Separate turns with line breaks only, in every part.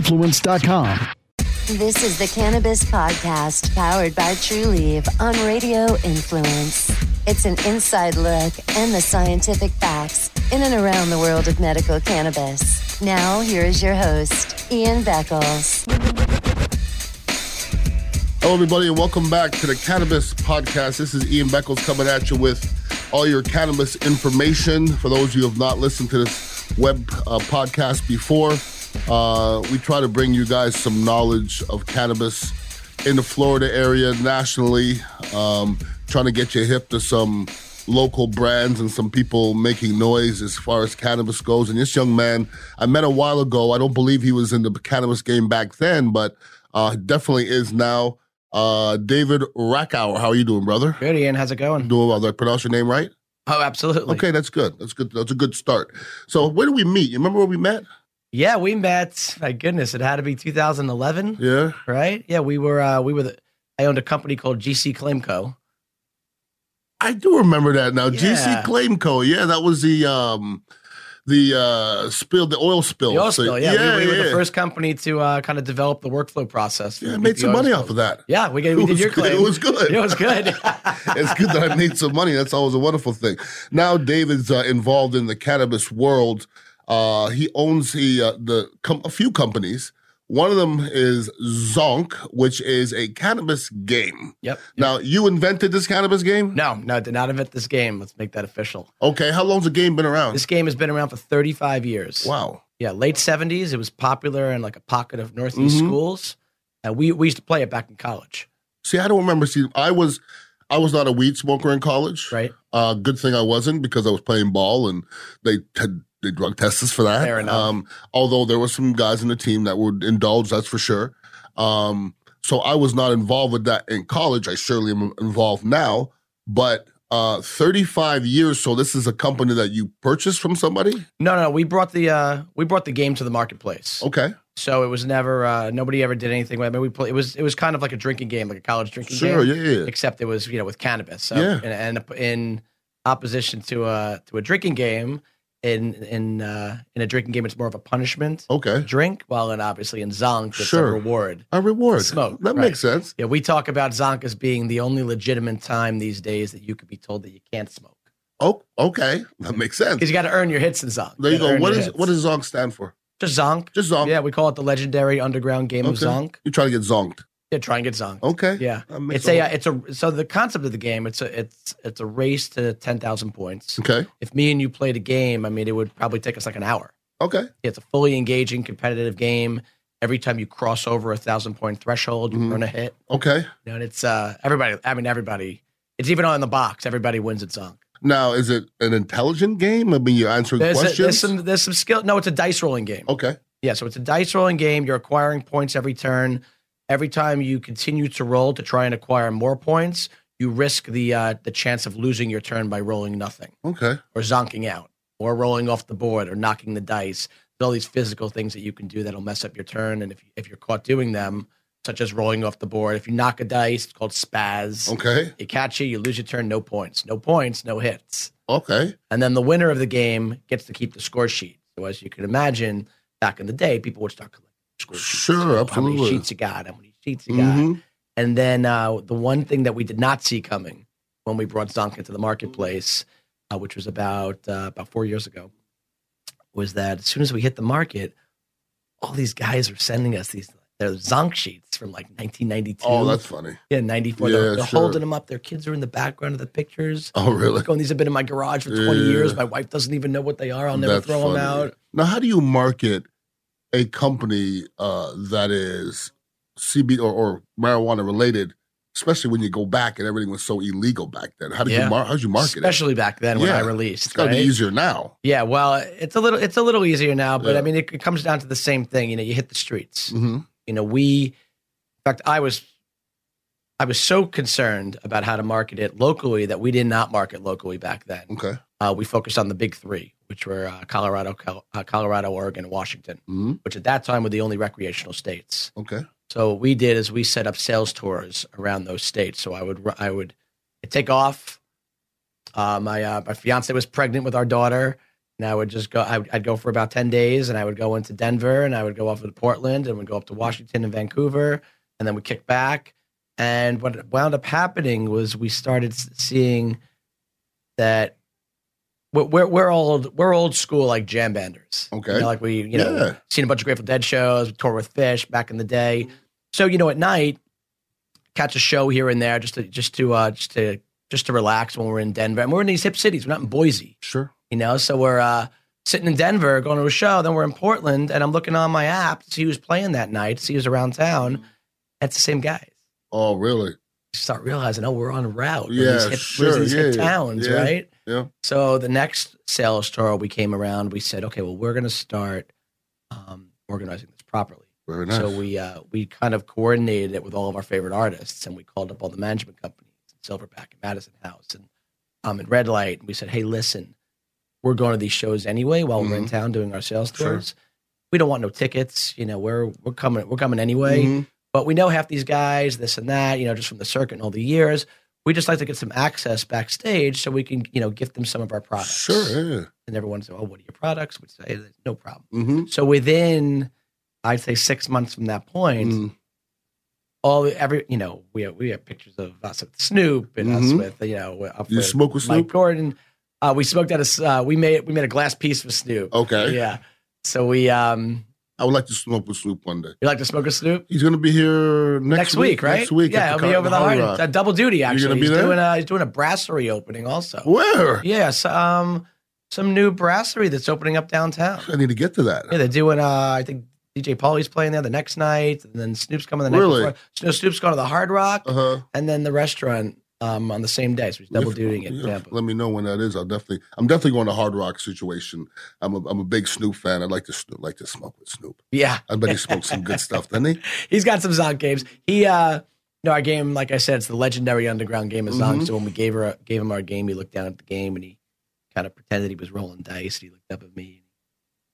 radioinfluence.com.
This is the Cannabis Podcast, powered by TrueLeave on Radio Influence. It's an inside look and the scientific facts in and around the world of medical cannabis. Now, here is your host, Ian Beckles.
Hello, everybody, and welcome back to the Cannabis Podcast. This is Ian Beckles coming at you with all your cannabis information. For those who have not listened to this web uh, podcast before, uh, we try to bring you guys some knowledge of cannabis in the Florida area, nationally, um, trying to get you hip to some local brands and some people making noise as far as cannabis goes. And this young man I met a while ago, I don't believe he was in the cannabis game back then, but uh, definitely is now. Uh, David Rackauer, how are you doing, brother?
Good, Ian. How's it going?
Doing well. Did I pronounce your name right?
Oh, absolutely.
Okay, that's good. That's good. That's a good start. So where did we meet? You remember where we met?
Yeah, we met. My goodness, it had to be 2011,
Yeah.
right? Yeah, we were. Uh, we were. The, I owned a company called GC Claimco.
I do remember that now.
Yeah.
GC Claim Co. Yeah, that was the um the uh spill the oil spill.
The oil
So-
spill. Yeah,
yeah,
we, we were
yeah.
the first company to uh, kind of develop the workflow process. for
Yeah, I
the
made some
BPO.
money off of that.
Yeah, we, get- we
It
did
was
your
good.
claim.
It was good.
It was good.
it's good that I made some money. That's always a wonderful thing. Now David's uh, involved in the cannabis world. Uh, he owns the, uh, the com- a few companies. One of them is Zonk, which is a cannabis game.
yep.
Now you invented this cannabis game.
No, no, did not invent this game. Let's make that official.
Okay, how long's the game been around?
This game has been around for 35 years.
wow.
Yeah, late 70s. It was popular in like a pocket of Northeast
Mhm.
schools. And we, we used to play it back in college,
See, I don't remember. See, I was, I was not a weed smoker in college.
right?
Uh, good thing I wasn't because I was playing ball and they had they drug test us for that.
Fair enough.
Um, although there were some guys in the team that would indulge, that's for sure. Um, so I was not involved with that in college. I surely am involved now, but uh, 35 years. So this is a company that you purchased from somebody.
No, no, we brought the uh, we brought the game to the marketplace.
Okay,
So it was never uh, nobody ever did anything with it. I mean, we play, it was it was kind of like a drinking game, like a college drinking
sure,
game,
yeah, yeah, yeah.
except it was you know with cannabis. So
Yeah.
and, and in opposition to a to a drinking game, in in uh, in a drinking game, it's more of a punishment
okay.
drink, while in obviously in Zonk, it's
Oh. Sure.
a reward.
A reward.
Smoke,
that
right.
makes sense.
Yeah, we talk about Zonk as being the only legitimate time these days that you could be told that you can't smoke
Oh, okay, that makes sense.
because you got to earn your hits in Zonk.
There you
gotta
go.
earn
What
your
is
hits.
what does Zonk stand for?
just Zonk?
Just Zonk.
Yeah, we call it the legendary underground game of
Um, Okay.
Zonk.
You're trying to get zonked.
Yeah, try and get zonked.
Okay.
Yeah,
That makes
it's a,
lot-
uh, it's a. So the concept of the game, it's a, it's, it's a race to ten thousand points.
Okay.
If me and you played a game, I mean, it would probably take us like an hour.
Okay.
It's a fully engaging, competitive game. Every time you cross over a thousand point threshold, you
Mhm.
earn a hit.
Okay.
You know, and it's uh, everybody. I mean, everybody. It's even on the box. Everybody wins at zonk.
Now, is it an intelligent game? I mean, you're answering
There's, a- there's
questions.
some there's some skill. No, it's a dice rolling game.
okay.
Yeah, so it's a dice rolling game. You're acquiring points every turn. Every time you continue to roll to try and acquire more points, you risk the uh, the chance of losing your turn by rolling nothing
Okay.
or zonking out or rolling off the board or knocking the dice. There's all these physical things that you can do that'll mess up your turn, and if if you're caught doing them, such as rolling off the board, if you knock a dice, it's called spaz.
Okay.
You catch it, you lose your turn, no points, no points, no hits.
Okay.
And then the winner of the game gets to keep the score sheet. So as you can imagine, back in the day, people would start collecting score sheets.
Sure,
You know, How
absolutely.
many sheets you got? How many sheets you got?
Mhm.
And then uh, the one thing that we did not see coming when we brought Zonk into the marketplace, uh, which was about uh, about four years ago, was that as soon as we hit the market, all these guys were sending us these their Zonk sheets from like 1992.
Oh, that's funny.
yeah, 94.
Yeah,
they're they're
sure.
holding them up. Their kids are in the background of the pictures
Oh, really?
going, these have been in my garage for 20 years.
Yeah.
My wife doesn't even know what they are. I'll never
That's
throw
funny.
them out.
Now, how do you market a company uh, that is CB or, or marijuana related, especially when you go back and everything was so illegal back then? How did you
Yeah.
mar- how'd you market it?
Especially back then when I
Yeah.
released.
It's got to
right?
be easier now.
Yeah, well, it's a little it's a little easier now, but
Yeah.
I mean it, it comes down to the same thing. You know, you hit the streets.
hmm
You know, we in fact I was I was so concerned about how to market it locally that we did not market locally back then.
Okay.
Uh, we focused on the big three, which were uh, Colorado, Col- uh, Colorado, Oregon, and Washington,
hmm
which at that time were the only recreational states.
Okay.
So what we did is we set up sales tours around those states. So I would I would take off. Uh, my uh, my fiance was pregnant with our daughter. And I would just go. I would, I'd go for about ten days, and I would go into Denver, and I would go off to Portland, and would go up to Washington and Vancouver, and then we kick back. And what wound up happening was we started s- seeing that we're we're, we're old we're old school like jam banders. You
Okay.
know, like we you know
Yeah.
seen a bunch of Grateful Dead shows, toured with Fish back in the day. So you know at night catch a show here and there just to just to uh, just to just to relax when we're in Denver. And we're in these hip cities. We're not in Boise,
Sure.
you know. So we're uh, sitting in Denver, going to a show. Then we're in Portland, and I'm looking on my app to see who's playing that night, see who's around town. That's the same guys.
Oh, really?
You start realizing, oh, we're on route. We're in
Yeah,
these hip,
sure.
We're in these hip
Yeah, yeah.
towns,
Yeah.
right?
Yeah.
So the next sales tour we came around, we said, okay, well, we're going to start um, organizing this properly.
Very nice.
So we uh, we kind of coordinated it with all of our favorite artists, and we called up all the management companies, Silverback and Madison House, and um and Red Light, and we said, hey, listen, we're going to these shows anyway while we're in town doing our sales
Mm-hmm. Sure.
tours. We don't want no tickets, you know. We're we're coming we're coming anyway,
Mhm.
but we know half these guys, this and that, you know, just from the circuit and all the years. We just like to get some access backstage so we can, you know, gift them some of our products.
Sure. Yeah.
And everyone said, "Oh, what are your products?" We'd say, "No problem."
Mm-hmm.
So within, I'd say six months from that point,
Mm.
all every you know we have, we have pictures of us with Snoop and us
Mhm.
with you know we're up
You
with
smoke with
Mike
Snoop?
Gordon. Uh, we smoked out a s- uh, we made we made a glass piece with Snoop.
Okay.
Yeah, so we um
I would like to smoke with Snoop one day.
you like to smoke with Snoop
He's going to be here next,
next, week, right?
Next week.
yeah,
at
I'll
the
be
Con-
over the
Hard
hard.
Rock.
Uh, double duty actually.
gonna be
he's
there?
doing a, he's doing a brasserie opening also.
Where?
Yeah, so, um, some new brasserie that's opening up downtown.
I need to get to that.
Yeah, they're doing. Uh, I think DJ Paulie's playing there the next night, and then Snoop's coming the night
Really?
before. Snoop- Snoop's going to the Hard Rock,
Uh huh.
and then the restaurant um, on the same day. So he's double dutying it. in Tampa.
Let me know when that is. I'll definitely. I'm definitely going to Hard Rock situation. I'm a, I'm a big Snoop fan. I'd like to Snoop, like to smoke with Snoop.
Yeah,
I bet he smoked some good stuff, didn't he?
he's got some Zonk games. He, uh, no, our game, like I said, it's the legendary underground game of Zonk.
Mhm.
So when we gave her, gave him our game, he looked down at the game and he kind of pretended he was rolling dice. He looked up at me.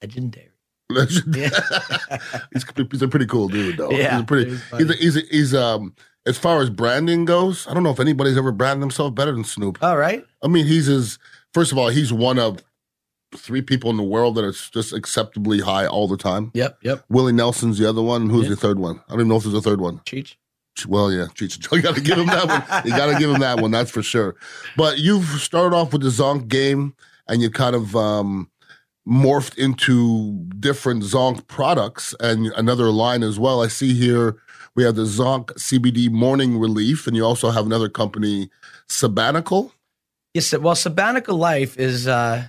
Legendary. Yeah.
he's, he's a pretty cool dude, though.
Yeah,
he's a Oh, pretty.
it was
He's,
funny.
a, he's, a, he's um. As far as branding goes, I don't know if anybody's ever branded himself better than Snoop.
All right.
I mean, he's his. First of all, he's one of three people in the world that is just acceptably high all the time.
Yep. Yep.
Willie Nelson's the other one. Who's
Yeah.
the third one? I don't even know if there's a third one.
Cheech.
Well, yeah, Cheech and Chong. You got to give him that one. You got to give him that one. That's for sure. But you've started off with the Zonk game, and you kind of um, morphed into different Zonk products and another line as well. I see here we have the Zonk CBD Morning Relief, and you also have another company, Sabbatical.
Yes. Well, Sabbatical Life is uh,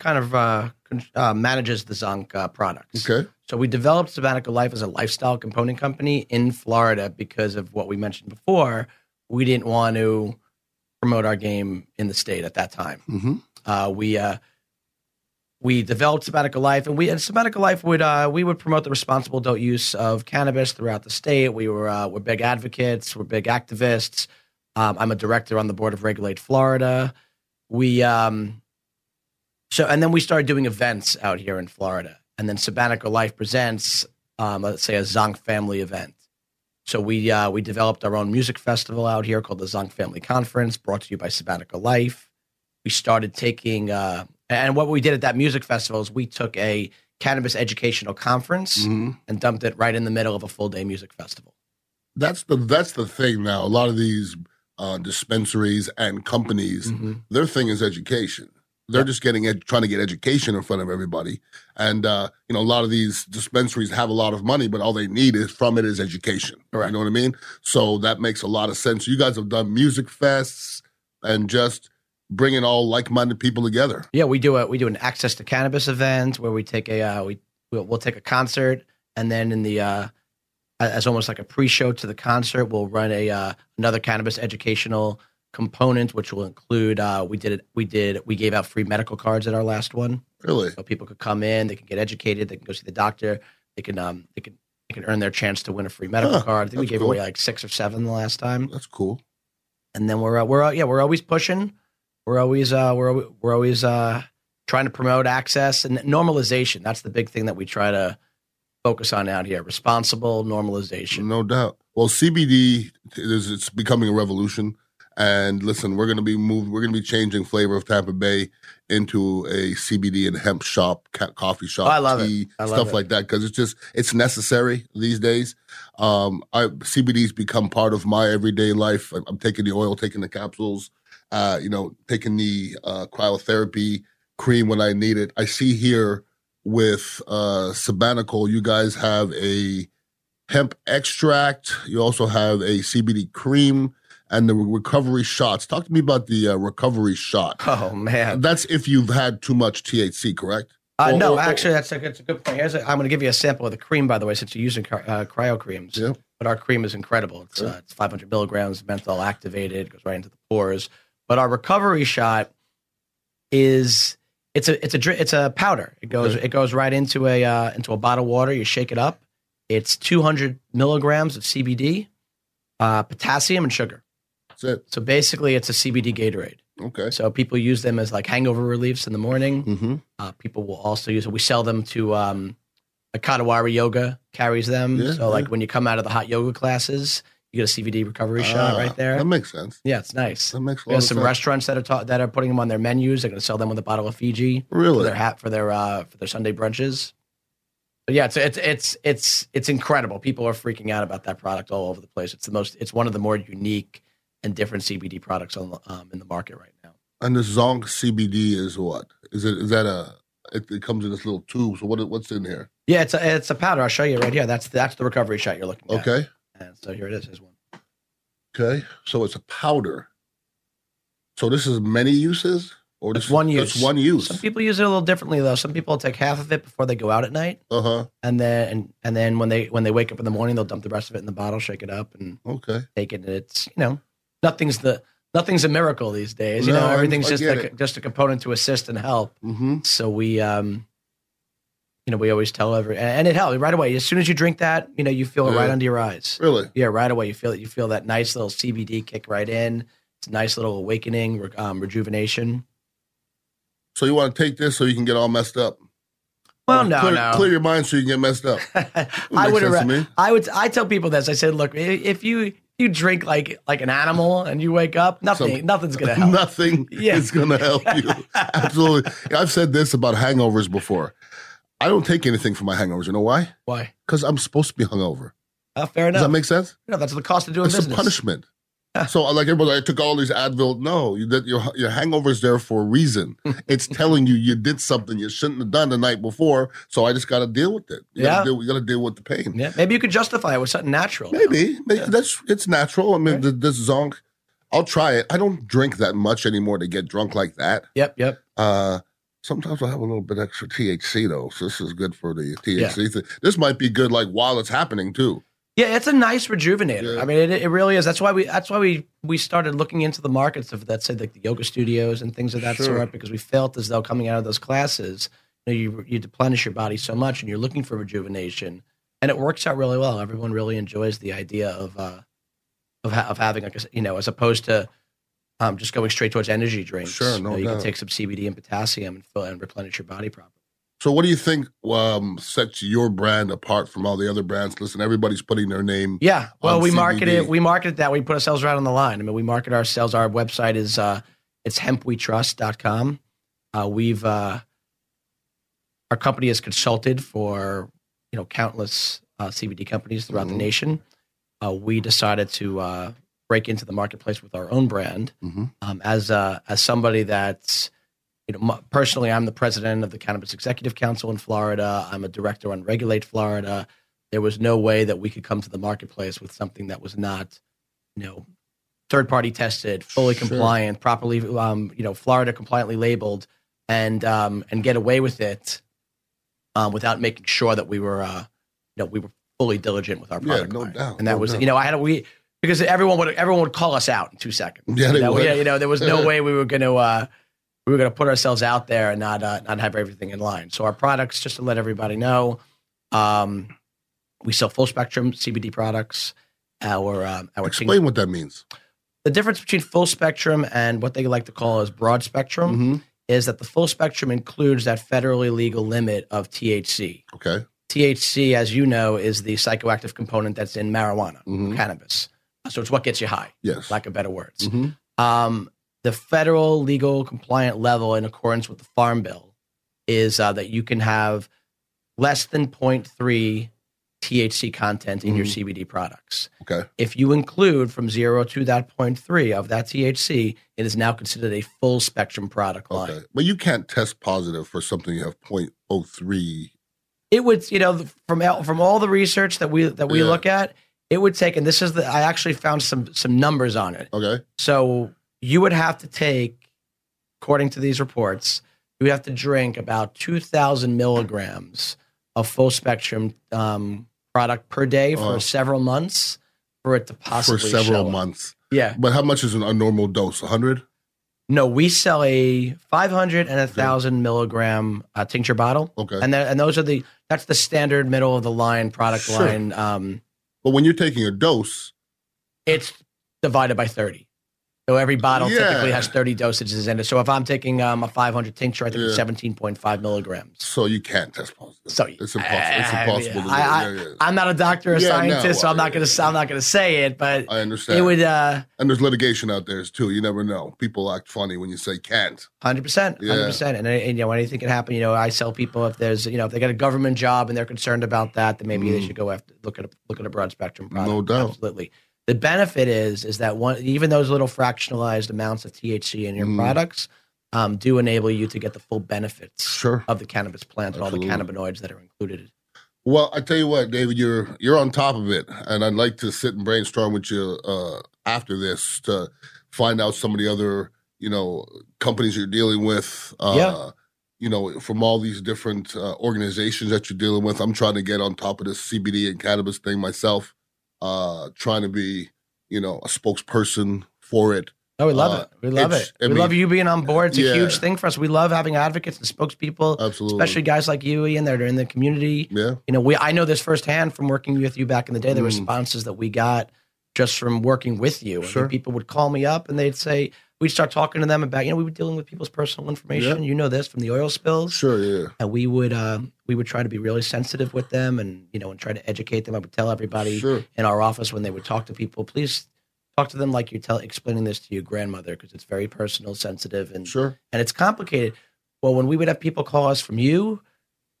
kind of uh, con- uh, manages the Zonk uh, products.
Okay,
So we developed Sabbatical Life as a lifestyle component company in Florida because of what we mentioned before. We didn't want to promote our game in the state at that time.
hmm
Uh, we uh, we developed Sabbatical Life, and we and Sabbatical Life would uh, we would promote the responsible adult use of cannabis throughout the state. We were uh, we're big advocates, we're big activists. Um, I'm a director on the board of Regulate Florida. We um, so and then we started doing events out here in Florida, and then Sabbatical Life presents, um, let's say, a Zonk family event. So we uh, we developed our own music festival out here called the Zonk Family Conference, brought to you by Sabbatical Life we started taking uh, and what we did at that music festival is we took a cannabis educational conference
hmm
and dumped it right in the middle of a full day music festival
that's the that's the thing now. A lot of these uh, dispensaries and companies
Mm.
their thing is education. They're just getting ed- trying to get education in front of everybody, and uh, you know a lot of these dispensaries have a lot of money, but all they need is from it is education.
Correct.
You know what I mean? So that makes a lot of sense. You guys have done music fests and just bringing all like-minded people together.
yeah we do a we do an access to cannabis event where we take a uh, we we'll, we'll take a concert and then in the uh, a- as almost like a pre-show to the concert we'll run a uh, another cannabis educational component which will include uh, we did it we did we gave out free medical cards at our last one
Really?
So people could come in, they can get educated, they can go see the doctor, they can um they can they can earn their chance to win a free medical
Huh,
card. I think we
that's
gave
cool.
away like six or seven the last time,
That's cool.
and then we're uh, we're uh, yeah we're always pushing, we're always uh we're alwa- we're always uh trying to promote access and normalization. That's the big thing that we try to focus on out here: responsible normalization.
No doubt. Well, CBD is it's becoming a revolution, And listen, we're going to be moved. We're going to be changing flavor of Tampa Bay into a CBD and hemp shop, ca- coffee shop,
Oh, I love it.
tea,
I love
stuff
it.
like that because it's just it's necessary these days. Um, I CBD's become part of my everyday life. I'm, I'm taking the oil, taking the capsules, uh, you know, taking the uh, cryotherapy cream when I need it. I see here with uh, Sabanical, you guys have a hemp extract. You also have a CBD cream and the recovery shots. Talk to me about the uh, recovery shot.
Oh man.
That's if you've had too much THC, correct?
Uh,
Or-
no,
or-
actually, that's a, that's a good point. Here's a, I'm going to give you a sample of the cream, by the way, since you're using cry- uh, cryo creams.
Yeah.
But our cream is incredible. It's, uh, it's 500 milligrams, menthol activated, goes right into the pores. But our recovery shot is it's a it's a dri- it's a powder. It goes it goes right into a uh, into a bottle of water. You shake it up. It's 200 milligrams of CBD, uh, potassium, and sugar.
That's it.
So basically, it's a CBD Gatorade.
Okay.
So people use them as like hangover reliefs in the morning.
Mm-hmm.
Uh, people will also use it. We sell them to um, like Katawari Yoga carries them.
Yeah,
so like
yeah. Ah,
when you come out of the hot yoga classes, you get a CBD recovery shot right there.
That makes sense.
yeah, it's nice.
That makes a
We
lot of
have
sense.
some restaurants that are ta- that are putting them on their menus. They're going to sell them with a bottle of Fiji for
Really?
their hat for their uh, for their Sunday brunches. But yeah, it's it's it's it's it's incredible. People are freaking out about that product all over the place. It's the most. It's one of the more unique and different CBD products on the- um, in the market right now.
And the Zonk CBD is what? Is it? Is that a? It, it comes in this little tube. So what? What's in here?
Yeah, it's a, it's a powder. I'll show you right here. That's that's the recovery shot you're looking at.
Okay.
And so here it is. Here's one.
Okay. So it's a powder. So this is many uses, or
That's
this
one use.
That's one use.
Some people use it a little differently though. Some people take half of it before they go out at night,
Uh huh.
and then and, and then when they when they wake up in the morning, they'll dump the rest of it in the bottle, shake it up, and
Okay.
take it. And it's you know nothing's the nothing's a miracle these days. You
No,
know
I-
everything's
I
just
get
a, just a component to assist and help.
Mm-hmm.
So we um, you know, we always tell every and and it helps right away. As soon as you drink that, you know, you feel it
Yeah.
right under your eyes.
Really?
Yeah, right away you feel you feel that nice little CBD kick right in. It's a nice little awakening, re- um, rejuvenation.
So you want to take this so you can get all messed up?
Well,
Or
no,
clear,
Um, no.
Clear your mind so you can get messed up.
I
Makes
would
sense to
ra-
me.
I would I tell people this. I said, look, i- if you you drink like like an animal and you wake up, nothing
Some-
nothing's gonna help.
Nothing
Yeah.
is going to help you. Absolutely. I've said this about hangovers before. I don't take anything for my hangovers. You know why?
Why?
Because I'm supposed to be hungover.
Uh, fair
Does that
enough.
make sense?
no, that's the cost of doing
It's a
business.
punishment. so, like everybody, I took all these Advil. No, you did, your your hangover is there for a reason. It's telling you you did something you shouldn't have done the night before. So I just got to deal with it. You
Yeah.
gotta deal, you got to deal with the pain.
Yeah, maybe you could justify it with something natural.
Maybe, Maybe. that's it's natural. I mean, th- this zonk. I'll try it. I don't drink that much anymore to get drunk like that.
Yep, yep.
Uh, sometimes I have a little bit extra THC though, so this is good for the THC. Thing. This might be good like while it's happening too.
Yeah, it's a nice rejuvenator.
Yeah.
I mean, it, it really is. That's why we that's why we we started looking into the markets of that said like the yoga studios and things of that
Sure.
sort because we felt as though coming out of those classes, you know, you you deplenish your body so much and you're looking for rejuvenation, and it works out really well. Everyone really enjoys the idea of uh of ha- of having like a, s- you know as opposed to um just going straight towards energy drinks.
Sure,
you,
no
know, you can
doubt.
take some CBD and potassium and fill and replenish your body properly.
So, what do you think um, sets your brand apart from all the other brands? Listen, everybody's putting their name.
Yeah. Well,
on
we
CBD.
market it. We market it that. We put ourselves right on the line. I mean, we market ourselves. Our website is uh, it's hempwetrust.com. Uh, we've uh, our company is consulted for you know countless uh, CBD companies throughout
Mhm.
the nation. Uh, we decided to uh, break into the marketplace with our own brand
Mhm.
um, as uh, as somebody that's you know m- personally I'm the president of the Cannabis Executive Council in Florida. I'm a director on Regulate Florida. There was no way that we could come to the marketplace with something that was not you know third party tested, fully
Sure.
compliant, properly um, you know Florida compliantly labeled, and um, and get away with it um, without making sure that we were uh, you know we were fully diligent with our
Yeah,
product
no
line.
doubt,
and that
no
was
doubt.
you know I had a we because everyone would everyone would call us out in two seconds.
Yeah, they
You know,
would.
yeah, you know, there was no way we were going to uh, we were going to put ourselves out there and not uh, not have everything in line. So our products, just to let everybody know, um, we sell full spectrum CBD products. Our um, our
Explain what that means.
the difference between full spectrum and what they like to call as broad spectrum
Mhm.
is that the full spectrum includes that federally legal limit of THC.
Okay.
THC, as you know, is the psychoactive component that's in marijuana,
Mhm.
cannabis. So it's what gets you high,
Yes.
lack of better words.
Mhm.
Um, the federal legal compliant level, in accordance with the Farm Bill, is uh, that you can have less than 0.3 THC content in your CBD products.
Mm-hmm. Okay.
If you include from zero to that 0.3 of that THC, it is now considered a full spectrum product line.
Okay. But you can't test positive for something you have 0.03.
it would you know from all- from all the research that we that we
Yeah.
look at it would take and this is the i actually found some some numbers on it
Okay.
so you would have to take according to these reports you would have to drink about 2000 milligrams of full spectrum um, product per day for
Oh.
several months for it to possibly
for several
show up.
months.
yeah
But how much is an, a normal dose? 100?
no we sell a 500 and a 1000 milligram uh, tincture bottle
Okay.
and that, and those are the that's the standard middle of the line product
Sure.
line. Um,
but when you're taking a dose,
it's divided by thirty, so every bottle
Yeah.
typically has thirty dosages in it. So if I'm taking um, a 500 tincture, I think it's
Yeah.
17.5 milligrams.
so you can't test positive.
So
It's impossible. It's
I-
impossible. to do.
I,
yeah, yeah.
am not a doctor or
Yeah, no,
scientist, so I'm not
I-
gonna s- I'm not gonna say it, but
I
it
understand.
would uh,
and there's litigation out there too. You never know. People act funny when you say can't.
100 percent, 100
Yeah.
percent. And and, you know anything can happen. You know I sell people if there's you know if they got a government job and they're concerned about that, then maybe they
Mm.
should go after look at a, look at a broad spectrum product.
No doubt.
absolutely. The benefit is is that one even those little fractionalized amounts of THC in your
Mm.
products um, do enable you to get the full benefits
Sure.
of the cannabis plant and all the
Absolutely.
cannabinoids that are included.
Well, I tell you what, David, you're you're on top of it, and I'd like to sit and brainstorm with you uh, after this to find out some of the other you know companies you're dealing with. Uh,
Yeah.
You know, from all these different uh, organizations that you're dealing with, I'm trying to get on top of this CBD and cannabis thing myself. Uh, trying to be, you know, a spokesperson for it.
Oh, we love
Uh,
it. We love
it's-
it.
I
We love you being on board. It's
yeah.
a huge thing for us. We love having advocates and spokespeople,
Absolutely.
especially guys like you, Ian, that are in the community.
yeah.
you know, we I know this firsthand from working with you back in the day. The
Mm.
responses that we got just from working with you, I mean,
Sure.
people would call me up and they'd say we'd start talking to them about you know we were dealing with people's personal information. You know this from the oil spills,
Sure. Yeah.
and we would uh, we would try to be really sensitive with them and you know and try to educate them. I would tell everybody
Sure.
in our office when they would talk to people, please talk to them like you're tell explaining this to your grandmother because it's very personal, sensitive, and
Sure.
and it's complicated. Well, when we would have people call us from you,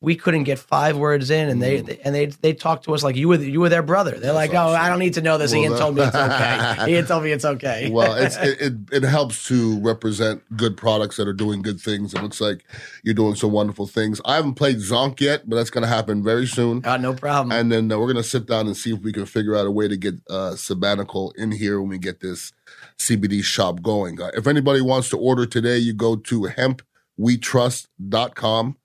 we couldn't get five words in, and they, and they they talk to us like you were you were their brother. They're
Mm. That's
like, oh,
awesome.
I don't need to know this.
Well,
Ian
that-
told me it's okay. Ian told me it's okay.
well, it's, it, it it helps to represent good products that are doing good things. It looks like you're doing some wonderful things. I haven't played Zonk yet, but that's going to happen very soon.
Uh, no problem.
And then uh, we're going to sit down and see if we can figure out a way to get uh, Sabbatical in here when we get this CBD shop going. Uh, if anybody wants to order today, you go to hempwetrust.com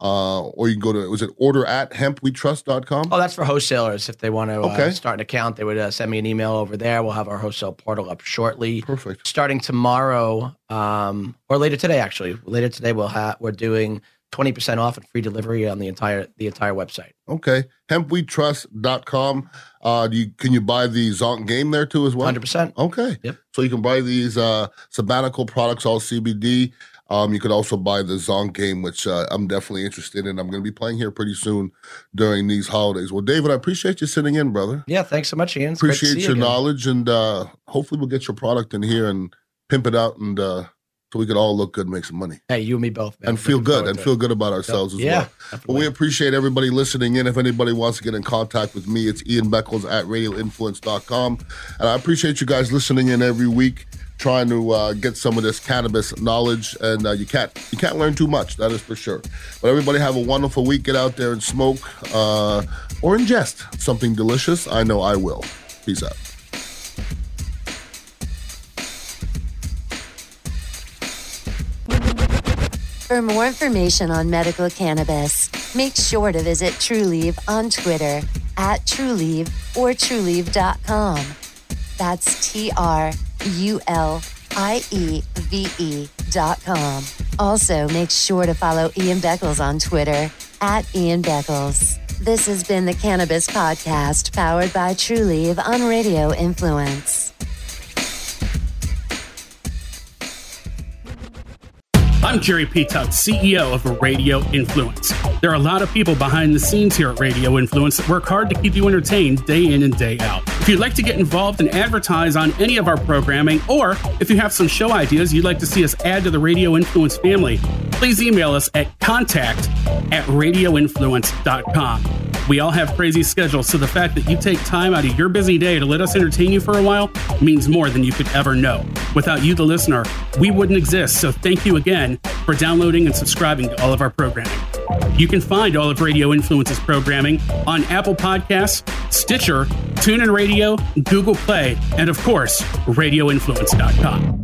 uh, or you can go to, was it order at hempwetrust.com?
oh, that's for wholesalers. If they want to uh,
Okay.
start an account, they would uh, send me an email over there. We'll have our wholesale portal up shortly.
Perfect.
starting tomorrow um, or later today actually later today we'll have we're doing 20% off and free delivery on the entire the entire website
Okay. Hempwetrust.com. Uh, do you, can you buy the Zonk game there too as well?
100%
Okay.
Yep.
So you can buy these uh, sabbatical products, all CBD. Um, you could also buy the Zonk game, which uh, I'm definitely interested in. I'm going to be playing here pretty soon during these holidays. Well, David, I appreciate you sitting in, brother.
yeah thanks so much ian It's great to see
appreciate
you
your
again.
knowledge, and uh, hopefully we'll get your product in here and pimp it out, and uh, so we could all look good, and make some money,
hey you and me both man.
and feel
Looking
good,
forward
and
to
feel
it.
good about ourselves as
yeah
well. Well,
definitely.
we appreciate everybody listening in. If anybody wants to get in contact with me, it's Ian Beckles at radioinfluence.com. And I appreciate you guys listening in every week, trying to uh, get some of this cannabis knowledge. And uh, you can't you can't learn too much, that is for sure. But everybody have a wonderful week. Get out there and smoke uh, or ingest something delicious. I know I will. Peace out.
For more information on medical cannabis, make sure to visit TrueLeave on Twitter at TrueLeave or TrueLeave.com. That's T R U L I E V E dot com. Also, make sure to follow Ian Beckles on Twitter at Ian Beckles. This has been the Cannabis Podcast, powered by TrueLeave on Radio Influence.
I'm I'm Jerry P. Tuck, CEO of Radio Influence. There are a lot of people behind the scenes here at Radio Influence that work hard to keep you entertained day in and day out. If you'd like to get involved and advertise on any of our programming, or if you have some show ideas you'd like to see us add to the Radio Influence family, please email us at contact at radioinfluence.com. We all have crazy schedules, so the fact that you take time out of your busy day to let us entertain you for a while means more than you could ever know. Without you, the listener, we wouldn't exist, so thank you again for downloading and subscribing to all of our programming. You can find all of Radio Influence's programming on Apple Podcasts, Stitcher, TuneIn Radio, Google Play, and of course, radioinfluence.com.